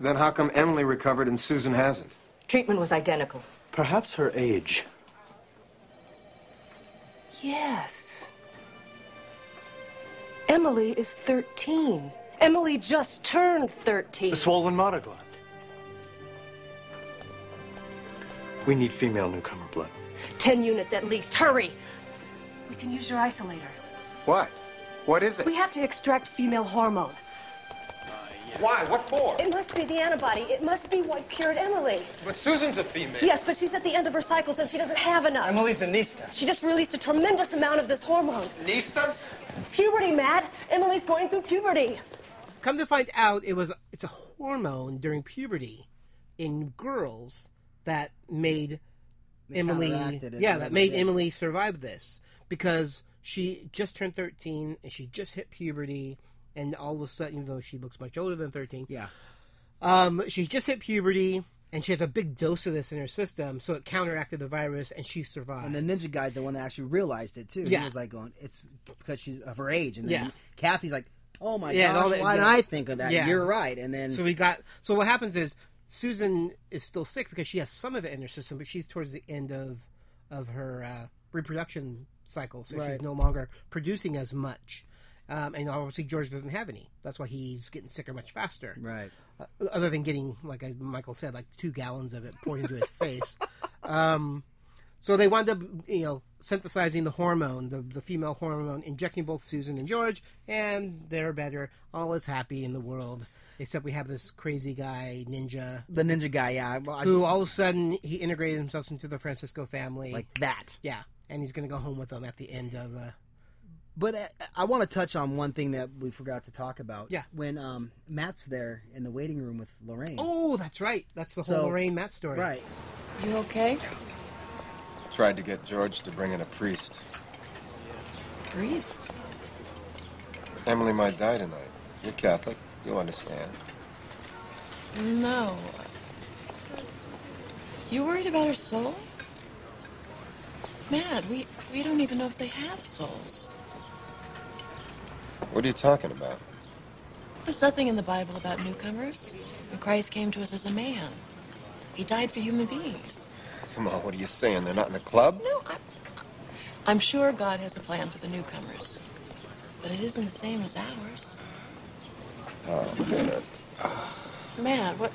Speaker 8: Then how come Emily recovered and Susan hasn't?
Speaker 9: Treatment was identical.
Speaker 8: Perhaps her age.
Speaker 9: Yes. Emily is 13. Emily just turned 13.
Speaker 3: The swollen motor gland.
Speaker 16: We need female newcomer blood.
Speaker 9: Ten units at least. Hurry! We can use your isolator.
Speaker 8: What? What is it?
Speaker 9: We have to extract female hormone.
Speaker 8: Why? What for?
Speaker 7: It must be the antibody. It must be what cured Emily.
Speaker 8: But Susan's a female.
Speaker 7: Yes, but she's at the end of her cycles and she doesn't have enough.
Speaker 8: Emily's a Nista.
Speaker 7: She just released a tremendous amount of this hormone.
Speaker 8: Nistas?
Speaker 7: Puberty, Matt. Emily's going through puberty.
Speaker 1: Come to find out, it was it's a hormone during puberty in girls that made
Speaker 2: They
Speaker 1: Emily.
Speaker 2: counteracted it,
Speaker 1: Yeah,
Speaker 2: whatever
Speaker 1: that made
Speaker 2: they-
Speaker 1: Emily survive this because she just turned thirteen and she just hit puberty, and all of a sudden, even though she looks much older than thirteen,
Speaker 2: yeah,
Speaker 1: um, she just hit puberty. And she has a big dose of this in her system, so it counteracted the virus, and she
Speaker 2: And
Speaker 1: survived.
Speaker 2: the ninja guy's the one that actually realized it too.
Speaker 1: Yeah.
Speaker 2: He was like going, it's because she's of her age, and then
Speaker 1: Yeah.
Speaker 2: Kathy's like, oh my
Speaker 1: and all
Speaker 2: gosh,
Speaker 1: that-
Speaker 2: why did
Speaker 1: yeah.
Speaker 2: I think of that?
Speaker 1: Yeah.
Speaker 2: You're right. And then
Speaker 1: so we got so what happens is Susan is still sick because she has some of it in her system, but she's towards the end of of her uh, reproduction cycle, so she's
Speaker 2: Right.
Speaker 1: no longer producing as much. Um, and obviously George doesn't have any. That's why he's getting sicker much faster.
Speaker 2: Right.
Speaker 1: Uh, other than getting, like I- Michael said, like two gallons of it poured into his *laughs* face. Um, so they wound up, you know, synthesizing the hormone, the, the female hormone, injecting both Susan and George, and they're better. All is happy in the world, except we have this crazy guy ninja,
Speaker 2: the ninja guy, yeah, well, I-
Speaker 1: who all of a sudden he integrated himself into the Francisco family
Speaker 2: like that.
Speaker 1: Yeah, and he's gonna go home with them at the end of. Uh,
Speaker 2: But I, I want to touch on one thing that we forgot to talk about.
Speaker 1: Yeah.
Speaker 2: When um, Matt's there in the waiting room with Lorraine.
Speaker 1: oh, that's right. That's the whole
Speaker 2: So-
Speaker 1: Lorraine Matt story.
Speaker 2: Right.
Speaker 11: You okay?
Speaker 8: Tried to get George to bring in a priest.
Speaker 11: Priest?
Speaker 8: Emily might die tonight. You're Catholic. You understand.
Speaker 11: No. You worried about her soul? Mad, we, we don't even know if they have souls.
Speaker 8: What are you talking about?
Speaker 11: There's nothing in the Bible about newcomers. And Christ came to us as a man. He died for human beings.
Speaker 8: Come on, what are you saying? They're not in a club?
Speaker 11: No, I, I'm sure God has a plan for the newcomers, but it isn't the same as ours.
Speaker 8: Oh, man.
Speaker 11: Mad, what?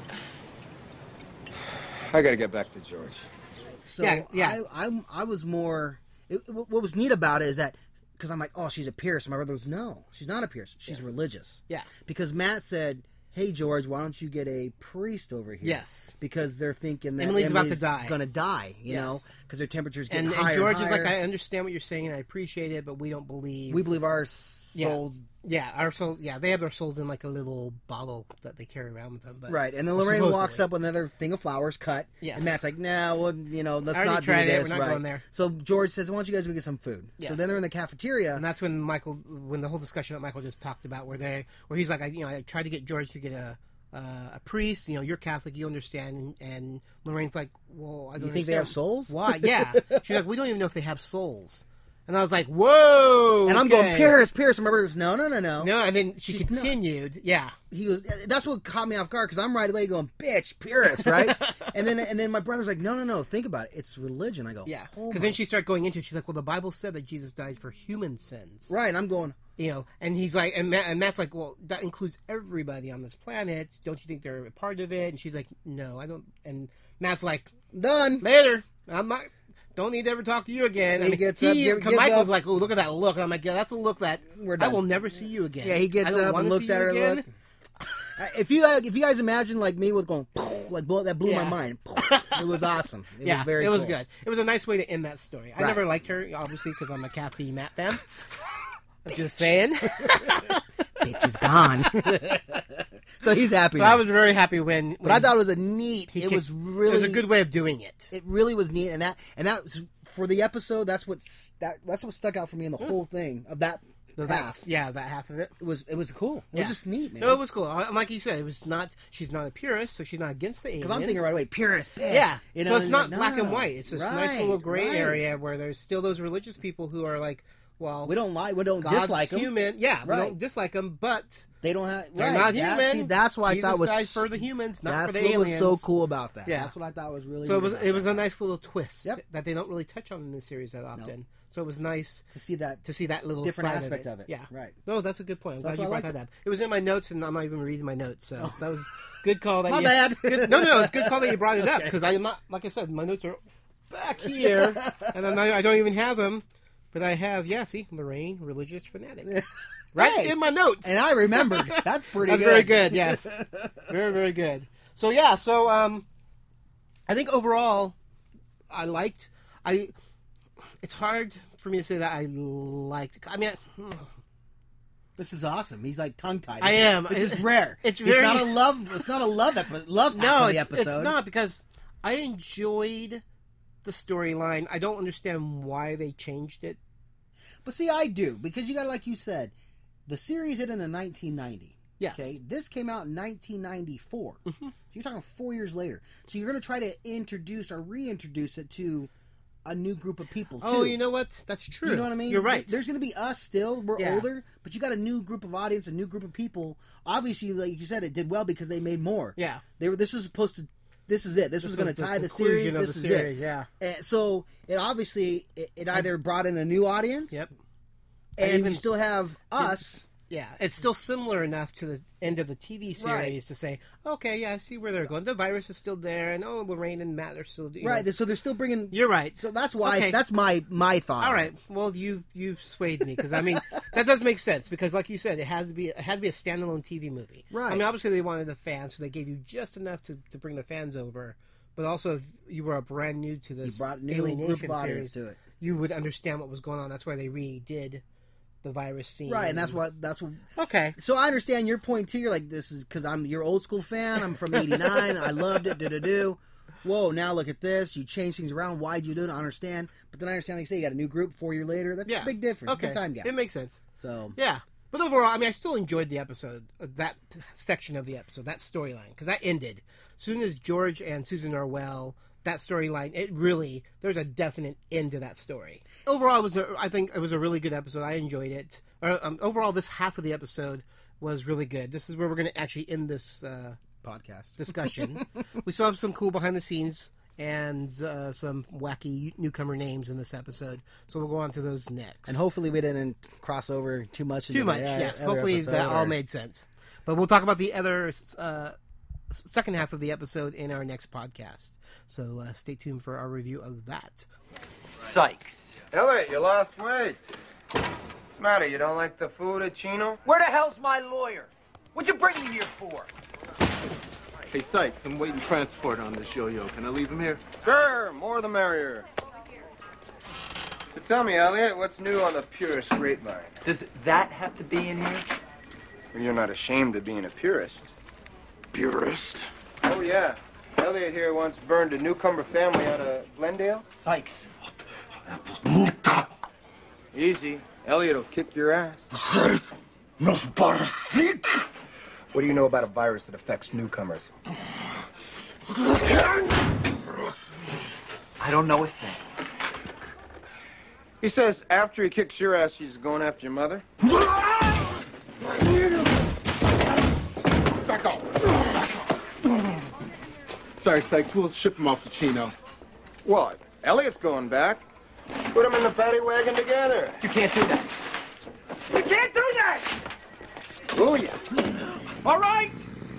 Speaker 8: I gotta get back to George.
Speaker 2: So
Speaker 1: Yeah, yeah.
Speaker 2: I, I, I was more. It, wh- what was neat about it is that because I'm like, oh, she's a Pierce. My brother was no, she's not a Pierce. She's religious.
Speaker 1: Yeah.
Speaker 2: Because Matt said, hey George, why don't you get a priest over here?
Speaker 1: Yes.
Speaker 2: Because they're thinking that
Speaker 1: Emily's about to die.
Speaker 2: Going to die. You know,
Speaker 1: Yes.
Speaker 2: because their temperature's getting
Speaker 1: And,
Speaker 2: higher.
Speaker 1: and George
Speaker 2: and
Speaker 1: is like,
Speaker 2: higher.
Speaker 1: I understand what you're saying, and I appreciate it, but we don't believe
Speaker 2: we believe our souls.
Speaker 1: Yeah, our souls. Yeah, they have their souls in like a little bottle that they carry around with them. But
Speaker 2: Right, and then
Speaker 1: Well,
Speaker 2: Lorraine
Speaker 1: supposedly.
Speaker 2: walks up with another thing of flowers cut.
Speaker 1: Yes.
Speaker 2: And Matt's like, nah, well, you know, let's
Speaker 1: I already
Speaker 2: not do
Speaker 1: tried it.
Speaker 2: this.
Speaker 1: We're not
Speaker 2: right.
Speaker 1: going there.
Speaker 2: So George says, why don't you guys go get some food? So
Speaker 1: Yes.
Speaker 2: then they're in the cafeteria.
Speaker 1: and that's when Michael, when the whole discussion that Michael just talked about, where they, where he's like, I, you know, I tried to get George to get a. Uh, a priest, you know, you're Catholic, you understand, and, and Lorraine's like, "Well, I don't
Speaker 2: think they
Speaker 1: understand.
Speaker 2: have souls? *laughs*
Speaker 1: Why? Yeah, she's like, we don't even know if they have souls." And I was like, "Whoa!"
Speaker 2: And I'm
Speaker 1: okay."
Speaker 2: going, Pierce, Pierce. And my brother goes, no, no, no, no.
Speaker 1: No, and then she
Speaker 2: She's not-
Speaker 1: continued. Yeah,
Speaker 2: He goes, "Uh, that's what caught me off guard because I'm right away going, bitch, Pierce,
Speaker 1: *laughs*
Speaker 2: right? and then and then my brother's like, no, no, no, think about it. It's religion. I go,
Speaker 1: yeah.
Speaker 2: oh
Speaker 1: Because
Speaker 2: my
Speaker 1: then she started going into. it. She's like, "Well, the Bible said that Jesus died for human sins."
Speaker 2: Right, and I'm going,
Speaker 1: you know and he's like and, Matt, and matt's like well that includes everybody on this planet don't you think they're a part of it and she's like no i don't and matt's like
Speaker 2: done
Speaker 1: later i'm not don't need to ever talk to you again.
Speaker 2: So
Speaker 1: I
Speaker 2: he
Speaker 1: mean,
Speaker 2: gets up, give- gives
Speaker 1: Michael's
Speaker 2: up.
Speaker 1: like, "Oh, look at that look," and I'm like, "Yeah, that's a look that I
Speaker 2: done.
Speaker 1: will never see you again."
Speaker 2: Yeah, he
Speaker 1: I
Speaker 2: gets
Speaker 1: don't
Speaker 2: up
Speaker 1: wanna
Speaker 2: and looks
Speaker 1: see
Speaker 2: at
Speaker 1: you
Speaker 2: her.
Speaker 1: again.
Speaker 2: Look. Uh, If you if you guys imagine like me with going *laughs* like blow, that blew
Speaker 1: Yeah.
Speaker 2: my
Speaker 1: *laughs*
Speaker 2: mind. It was awesome. It
Speaker 1: yeah,
Speaker 2: was very.
Speaker 1: it was
Speaker 2: cool.
Speaker 1: good. It was a nice way to end that story. I
Speaker 2: Right. *laughs*
Speaker 1: *laughs* never liked her, obviously, because I'm a Kathy Matt fan. I'm just saying.
Speaker 2: bitch is gone. *laughs* so he's happy.
Speaker 1: So I was very happy when,
Speaker 2: But I thought it was a neat.
Speaker 1: He
Speaker 2: it
Speaker 1: kicked-
Speaker 2: was really.
Speaker 1: it was a good way of doing it.
Speaker 2: It really was neat, and that and that was, for the episode. That's what s- that that's what stuck out for me in the whole thing of that.
Speaker 1: The
Speaker 2: half.
Speaker 1: last, yeah, that half of it.
Speaker 2: It was it was cool. It
Speaker 1: Yeah.
Speaker 2: was just neat, man.
Speaker 1: No, it was cool. I- Like you said, it was not. She's not a purist, so she's not against the aliens.
Speaker 2: 'Cause I'm thinking right away, purist, bitch.
Speaker 1: Yeah,
Speaker 2: You know,
Speaker 1: so it's
Speaker 2: and
Speaker 1: not
Speaker 2: like,
Speaker 1: black and
Speaker 2: no.
Speaker 1: white. It's this nice
Speaker 2: Right,
Speaker 1: little gray
Speaker 2: right.
Speaker 1: area where there's still those religious people who are like, well,
Speaker 2: We don't like. We don't
Speaker 1: God's
Speaker 2: dislike 'em.
Speaker 1: human. Yeah, we
Speaker 2: Right.
Speaker 1: don't dislike them, but
Speaker 2: They don't have.
Speaker 1: They're
Speaker 2: right.
Speaker 1: not
Speaker 2: That-
Speaker 1: human.
Speaker 2: see, that's why
Speaker 1: Jesus
Speaker 2: I thought was
Speaker 1: died for the humans, not
Speaker 2: that's
Speaker 1: for the
Speaker 2: what
Speaker 1: aliens.
Speaker 2: was so cool about that.
Speaker 1: Yeah.
Speaker 2: that's what I thought was really.
Speaker 1: so it
Speaker 2: neat
Speaker 1: was.
Speaker 2: about
Speaker 1: It was a nice little twist
Speaker 2: Yep.
Speaker 1: that they don't really touch on in the series that often. So it was nice
Speaker 2: to see that
Speaker 1: to see that little
Speaker 2: different
Speaker 1: side
Speaker 2: aspect
Speaker 1: of it.
Speaker 2: of it.
Speaker 1: Yeah,
Speaker 2: Right.
Speaker 1: No, that's a good point. I'm
Speaker 2: That's
Speaker 1: glad you
Speaker 2: why I
Speaker 1: brought that
Speaker 2: liked
Speaker 1: up. It was in my notes, and I'm not even reading my notes, so that was good call.
Speaker 2: *laughs*
Speaker 1: That
Speaker 2: My
Speaker 1: you,
Speaker 2: bad.
Speaker 1: good- no, no, it's good call that you
Speaker 2: *laughs*
Speaker 1: brought it up
Speaker 2: Okay.
Speaker 1: because I'm not. Like I said, my notes are back here, and I'm not, I don't even have them. But I have, yeah. See, Lorraine,
Speaker 2: *laughs*
Speaker 1: religious fanatic, right
Speaker 2: Hey.
Speaker 1: in my notes,
Speaker 2: and I remembered. That's pretty.
Speaker 1: That's
Speaker 2: good.
Speaker 1: very good. Yes, *laughs* very very good. So yeah, so um, I think overall, I liked. I it's hard for me to say that I liked. I mean, hmm, I,
Speaker 2: This is awesome. He's like tongue tied.
Speaker 1: I am.
Speaker 2: This
Speaker 1: *laughs*
Speaker 2: is rare.
Speaker 1: It's
Speaker 2: He's
Speaker 1: very-
Speaker 2: not a love. It's not a love episode. Love half
Speaker 1: no,
Speaker 2: of the
Speaker 1: it's,
Speaker 2: episode.
Speaker 1: it's not because I enjoyed the storyline. I don't understand why they changed it.
Speaker 2: But see, I do because you got to like you said, the series ended in 1990.
Speaker 1: Yes. Mm-hmm.
Speaker 2: Okay. This came out in 1994. So you're talking four years later. So you're going to try to introduce or reintroduce it to a new group of people. Too.
Speaker 1: Oh, you know what? That's
Speaker 2: Do
Speaker 1: true.
Speaker 2: you know what I mean?
Speaker 1: You're right.
Speaker 2: There's going to be us still. We're
Speaker 1: Yeah.
Speaker 2: older, but you got a new group of audience, a new group of people. Obviously, like you said, it did well because they made more.
Speaker 1: Yeah.
Speaker 2: They were. This was supposed to. This is it. This, was, going
Speaker 1: was
Speaker 2: to
Speaker 1: the
Speaker 2: tie the
Speaker 1: conclusion
Speaker 2: series.
Speaker 1: of
Speaker 2: this
Speaker 1: the
Speaker 2: is
Speaker 1: series,
Speaker 2: it.
Speaker 1: yeah.
Speaker 2: And so it obviously it, it either brought in a new audience.
Speaker 1: Yep.
Speaker 2: And
Speaker 1: I even-
Speaker 2: you still have us.
Speaker 1: Yeah, it's still similar enough to the end of the TV series
Speaker 2: Right.
Speaker 1: to say, okay, yeah, I see where they're going. The virus is still there, and oh, Lorraine and Matt are still you know.
Speaker 2: Right. So they're still bringing.
Speaker 1: You're right.
Speaker 2: So that's why.
Speaker 1: Okay.
Speaker 2: That's my my thought.
Speaker 1: All right. Well, you you swayed me because I mean *laughs* that does make sense because like you said, it has to be it had to be a standalone TV movie.
Speaker 2: Right.
Speaker 1: I mean, obviously they wanted the fans, so they gave you just enough to, to bring the fans over. But also, if you were brand new to this
Speaker 2: brought new
Speaker 1: Alienation
Speaker 2: group of audience
Speaker 1: series,
Speaker 2: to it.
Speaker 1: you would understand what was going on. That's why they redid the virus scene.
Speaker 2: Right. And that's why. That's what.
Speaker 1: Okay.
Speaker 2: So I understand your point too. You're like, this is because I'm your old school fan. I'm from '89. I loved it. Da da do. Whoa! Now look at this. You change things around. Why'd you do it? I understand. But then I understand. Like you say, you got a new group four year later. That's
Speaker 1: Yeah.
Speaker 2: a big difference.
Speaker 1: Okay.
Speaker 2: Big time gap.
Speaker 1: It makes sense.
Speaker 2: so
Speaker 1: Yeah. But overall, I mean, I still enjoyed the episode, uh, that section of the episode, that storyline, because that ended. soon as George and Susan are well, that storyline, it really, there's a definite end to that story. Overall, it was a, I think it was a really good episode. I enjoyed it. Or, um, overall, this half of the episode was really good. This is where we're going to actually end this uh,
Speaker 2: podcast.
Speaker 1: discussion. we still have some cool behind the scenes and uh, some wacky newcomer names in this episode, so we'll go on to those next.
Speaker 2: And hopefully we didn't cross over too much. into
Speaker 1: Too much,
Speaker 2: the, uh,
Speaker 1: yes.
Speaker 2: other
Speaker 1: Hopefully
Speaker 2: episode
Speaker 1: that all
Speaker 2: or-
Speaker 1: made sense. But we'll talk about the other uh, second half of the episode in our next podcast. So uh, stay tuned for our review of that.
Speaker 8: Sykes. Elliot, you lost weight. What's the matter? You don't like the food at Chino?
Speaker 17: Where the hell's my lawyer? What'd you bring me here for?
Speaker 18: Hey, Sykes, I'm waiting transport on this yo-yo. Can I leave him here?
Speaker 8: Sure, more the merrier. So tell me, Elliot, what's new on the purist grapevine? Does that have to be in here? Well, you're not ashamed of being a purist. Purist? Oh, yeah. Elliot here once burned a newcomer family out of Glendale. Sykes. Easy. Elliot will kick your ass. What do you know about a virus that affects newcomers? I don't know a thing. He says after he kicks your ass, he's going after your mother.
Speaker 18: Back off! Sorry, Sykes, we'll ship him off to Chino.
Speaker 8: What? Elliot's going back. Put him in the paddy wagon together. You can't do that.
Speaker 17: You can't do that!
Speaker 8: Oh yeah.
Speaker 17: All right!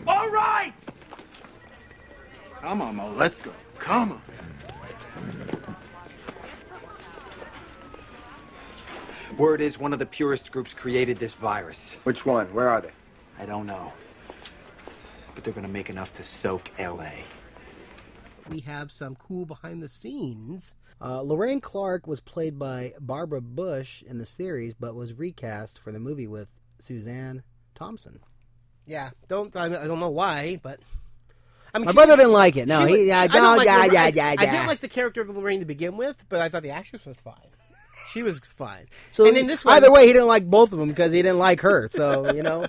Speaker 17: All right!
Speaker 18: Come on, Mo, let's go. Come on.
Speaker 19: Word is one of the purist groups created this virus.
Speaker 8: Which one? Where are they?
Speaker 19: I don't know. But they're gonna make enough to soak LA.
Speaker 1: We have some cool behind the scenes.
Speaker 2: Uh, Lorraine Clark was played by Barbara Bush in the series, but was recast for the movie with Suzanne Thompson.
Speaker 1: Yeah, don't I, I don't know why, but I mean,
Speaker 2: My
Speaker 1: she-
Speaker 2: brother didn't like it. No,
Speaker 1: she
Speaker 2: he,
Speaker 1: was-
Speaker 2: yeah,
Speaker 1: I didn't
Speaker 2: no,
Speaker 1: like
Speaker 2: yeah,
Speaker 1: Lorraine.
Speaker 2: yeah, yeah,
Speaker 1: I
Speaker 2: yeah.
Speaker 1: didn't like the character of Lorraine to begin with, but I thought the actress was fine. She was fine.
Speaker 2: So
Speaker 1: and then this one,
Speaker 2: either way, he didn't like both of them because he didn't like her. So you
Speaker 1: *laughs*
Speaker 2: know,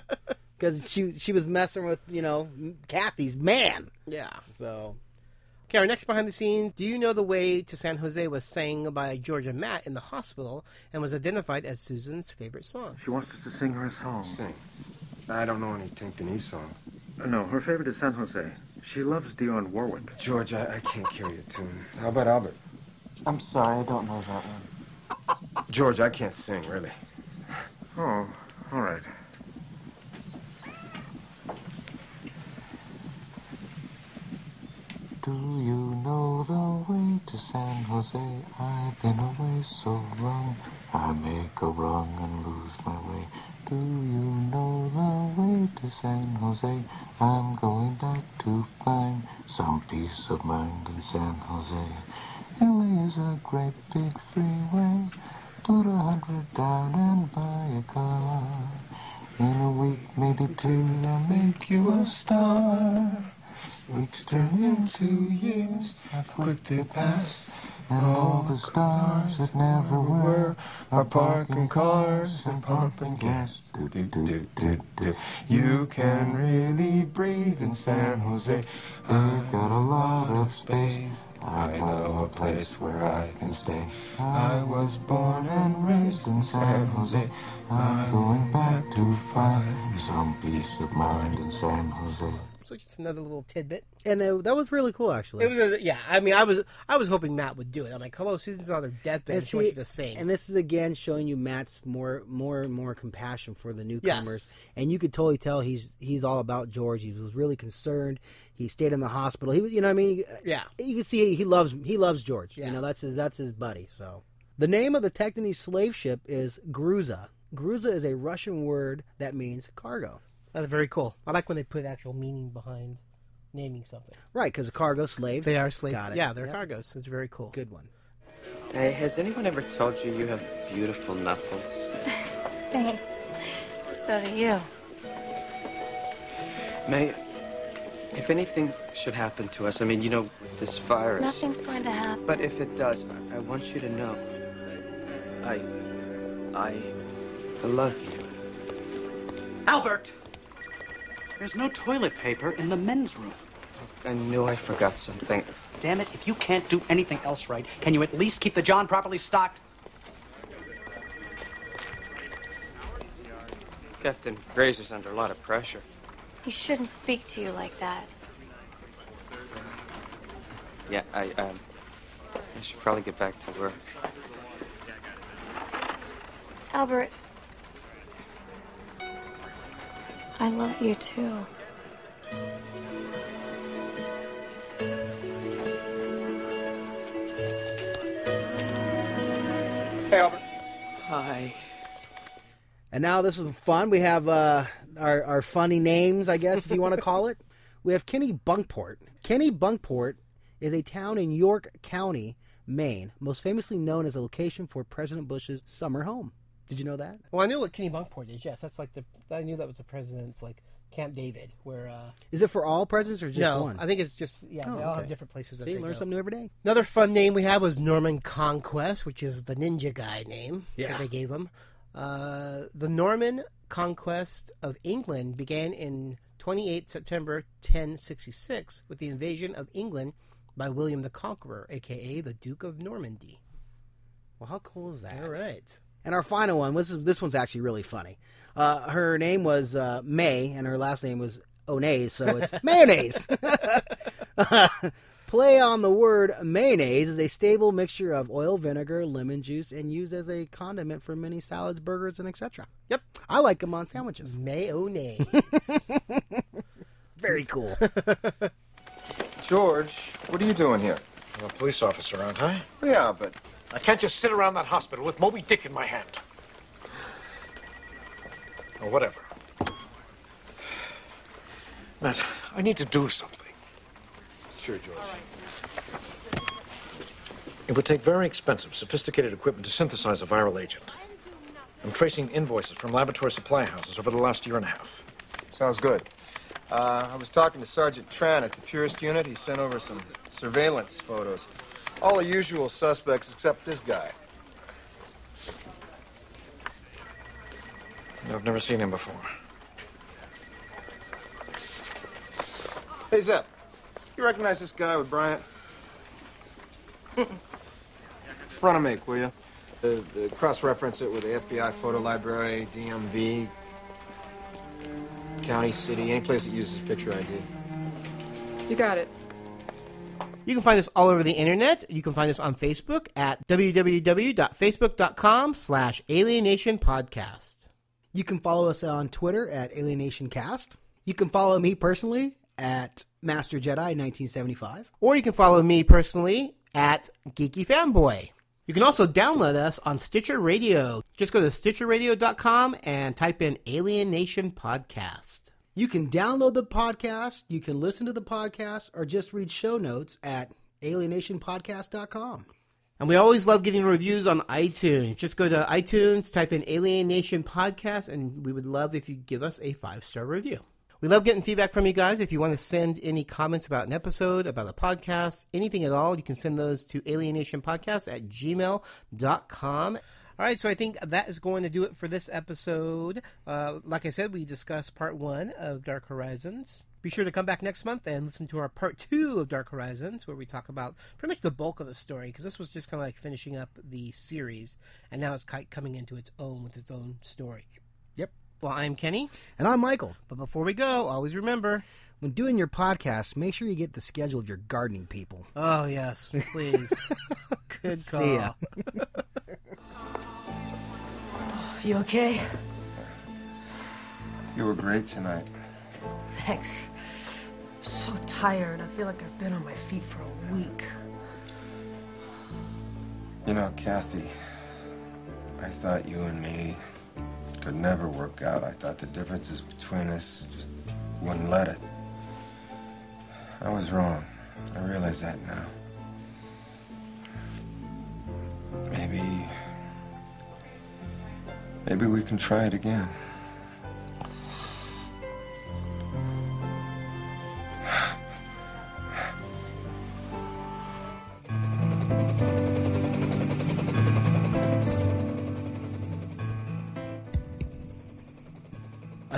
Speaker 2: because she she was messing with you know Kathy's man.
Speaker 1: yeah.
Speaker 2: So
Speaker 1: Okay, our next behind the scenes. Do you know the way to San Jose was sang by Georgia Matt in the hospital and was identified as Susan's favorite song?
Speaker 15: She wants us to sing her song.
Speaker 8: Sing. I don't know any Tinktonese songs.
Speaker 15: No, her favorite is San Jose. She loves Dionne Warwick.
Speaker 8: George, I, I can't carry a tune. How about Albert? I'm sorry, I don't know that one. George, I can't sing, really.
Speaker 15: Oh, all right.
Speaker 20: Do you know the way to San Jose? I've been away so long. I make a wrong and lose my way. Do you know the way to San Jose? I'm going back to find some peace of mind in San Jose. LA is a great big freeway. Do the hundred down and buy a car. In a week, maybe two, I'll make you a star. Weeks turn into years, how quick they pass. And all the stars that never were are parking cars and pumping gas. Do, do, do, do, do. You can really breathe in San Jose. I've got a lot of space. I know a place where I can stay.
Speaker 8: Uh,
Speaker 20: I was born and raised in San Jose. I'm going back to find some peace of mind in San Jose.
Speaker 1: So just another little tidbit.
Speaker 2: and uh that was really cool actually.
Speaker 1: It was a, yeah. I mean, I was I was hoping Matt would do it. I'm like, hello, Susan's on her deathbed.
Speaker 2: and
Speaker 1: And she wants
Speaker 2: see,
Speaker 1: you to sing.
Speaker 2: and this is again showing you Matt's more, more and more compassion for the newcomers, and you could totally tell he's he's all about George. He was really concerned. He stayed in the hospital. He was, you know, what I mean, Uh,
Speaker 1: Yeah.
Speaker 2: you can see he loves he loves George.
Speaker 1: Yeah.
Speaker 2: You know, that's his that's his buddy. So the name of the Tektonese slave ship is Gruza. Gruza is a Russian word that means cargo.
Speaker 1: That's very cool. I like when they put actual meaning behind naming something.
Speaker 2: Right, because cargo slaves.
Speaker 1: They are slaves.
Speaker 2: Got it.
Speaker 1: Yeah, they're
Speaker 2: Yep.
Speaker 1: cargoes. It's very cool.
Speaker 2: Good one.
Speaker 21: Hey, has anyone ever told you you have beautiful knuckles?
Speaker 9: Thanks. So do you.
Speaker 21: May, if anything should happen to us, I mean, you know, with this virus.
Speaker 9: Nothing's going to happen.
Speaker 21: But if it does, I, I want you to know. I. I. I love you.
Speaker 17: Albert! There's no toilet paper in the men's room.
Speaker 21: I knew Oh, I forgot something.
Speaker 17: Damn it, if you can't do anything else right, can you at least keep the John properly stocked?
Speaker 21: Captain Grazer's under a lot of pressure.
Speaker 22: He shouldn't speak to you like that.
Speaker 21: Yeah, I, um. I should probably get back to work.
Speaker 22: Albert, I love you too.
Speaker 8: Hey, Albert.
Speaker 21: Hi.
Speaker 2: And now this is fun. We have uh, our, our funny names, I guess, if you want to call it. *laughs* We have Kenny Bunkport. Kenny Bunkport is a town in York County, Maine, most famously known as a location for President Bush's summer home. Did you know that?
Speaker 1: Well, I knew what Kenny Bunkport is. Yes, that's like the I knew that was the president's like Camp David, where uh,
Speaker 2: Is it for all presidents or just
Speaker 1: no,
Speaker 2: one?
Speaker 1: I think it's just yeah.
Speaker 2: Oh,
Speaker 1: they all have
Speaker 2: okay.
Speaker 1: different places. That
Speaker 2: See,
Speaker 1: they
Speaker 2: learn
Speaker 1: go.
Speaker 2: something new every day.
Speaker 1: Another fun name we had was Norman Conquest, which is the ninja guy name
Speaker 2: Yeah.
Speaker 1: that they gave him. Uh, the Norman Conquest of England began in 28 September 1066 with the invasion of England by William the Conqueror, aka the Duke of Normandy.
Speaker 2: Well, how cool is that?
Speaker 1: All right.
Speaker 2: And our final one, this is this one's actually really funny. Uh, her name was uh, May, and her last name was Onay, so it's *laughs* mayonnaise. Play on the word mayonnaise is a stable mixture of oil, vinegar, lemon juice, and used as a condiment for many salads, burgers, and etc. Yep, I like them on sandwiches.
Speaker 1: Mayonnaise.
Speaker 2: *laughs* Very cool.
Speaker 8: George, what are you doing here?
Speaker 15: A police officer around, huh?
Speaker 8: Yeah, but
Speaker 15: I can't just sit around that hospital with Moby Dick in my hand. Or whatever. Matt, I need to do something.
Speaker 8: Sure, George.
Speaker 15: It would take very expensive, sophisticated equipment to synthesize a viral agent. I'm tracing invoices from laboratory supply houses over the last year and a half.
Speaker 8: Sounds good. Uh, I was talking to Sergeant Tran at the Purist unit. He sent over some surveillance photos. All the usual suspects except this guy.
Speaker 15: I've never seen him before.
Speaker 8: Hey, Zep, you recognize this guy with *laughs* Bryant? Run a make, will you? Uh, uh, cross-reference it with the FBI photo library, DMV, county, city, any place that uses picture ID.
Speaker 4: You got it.
Speaker 1: You can find us all over the internet. You can find us on Facebook at www.facebook.com slash alienation podcast.
Speaker 2: You can follow us on Twitter at AlienationCast. You can follow me personally at Master Jedi 1975.
Speaker 1: Or you can follow me personally at Geeky Fanboy. You can also download us on Stitcher Radio. Just go to stitcherradio.com and type in Alienation Podcast.
Speaker 2: You can download the podcast, you can listen to the podcast, or just read show notes at alienationpodcast.com.
Speaker 1: And we always love getting reviews on iTunes. Just go to iTunes, type in Alienation Podcast, and we would love if you give us a five star review. We love getting feedback from you guys. If you want to send any comments about an episode, about a podcast, anything at all, you can send those to alienationpodcast at gmail.com. All right, so I think that is going to do it for this episode. Uh, like I said, we discussed part one of Dark Horizons. Be sure to come back next month and listen to our part two of Dark Horizons, where we talk about pretty much the bulk of the story, because this was just kind of like finishing up the series, and now it's ki- coming into its own with its own story.
Speaker 2: Yep.
Speaker 1: Well, I'm Kenny.
Speaker 2: And I'm Michael.
Speaker 1: But before we go, always remember
Speaker 2: when doing your podcast, make sure you get the schedule of your gardening people.
Speaker 1: oh, yes, *laughs* please. Good call.
Speaker 2: See ya.
Speaker 9: *laughs* You okay?
Speaker 8: You were great tonight.
Speaker 9: Thanks. I'm so tired. I feel like I've been on my feet for a week.
Speaker 8: You know, Kathy, I thought you and me could never work out. I thought the differences between us just wouldn't let it. I was wrong. I realize that now. Maybe. Maybe we can try it again.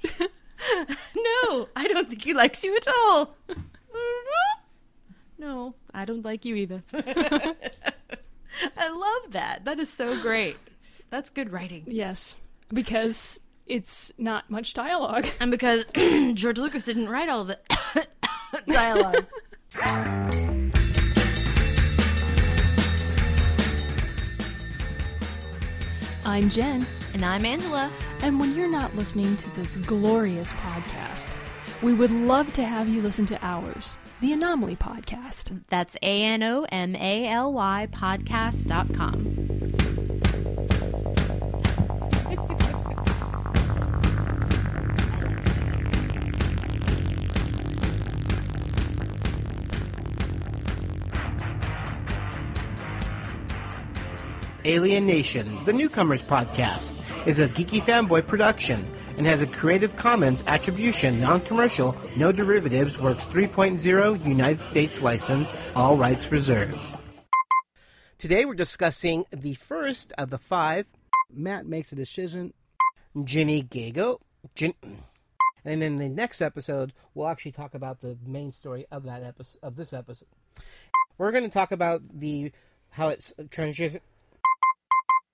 Speaker 4: *laughs* no, I don't think he likes you at all. *laughs* No, I don't like you either. *laughs* I love that. That is so great. That's good writing.
Speaker 6: Yes, because it's not much dialogue.
Speaker 4: And because *clears throat* George Lucas didn't write all the *coughs* dialogue.
Speaker 6: I'm Jen.
Speaker 4: And I'm Angela.
Speaker 6: And when you're not listening to this glorious podcast, we would love to have you listen to ours, the Anomaly Podcast.
Speaker 4: That's A N O M A L Y podcast.com.
Speaker 1: Alien Nation, the Newcomers Podcast, is a geeky fanboy production and has a Creative Commons Attribution, Non Commercial, No Derivatives Works 3.0 United States license, all rights reserved. Today we're discussing the first of the five
Speaker 2: Matt makes a decision.
Speaker 1: Ginny Gago. Gin- and in the next episode, we'll actually talk about the main story of that episode, of this episode. We're going to talk about the how it's transition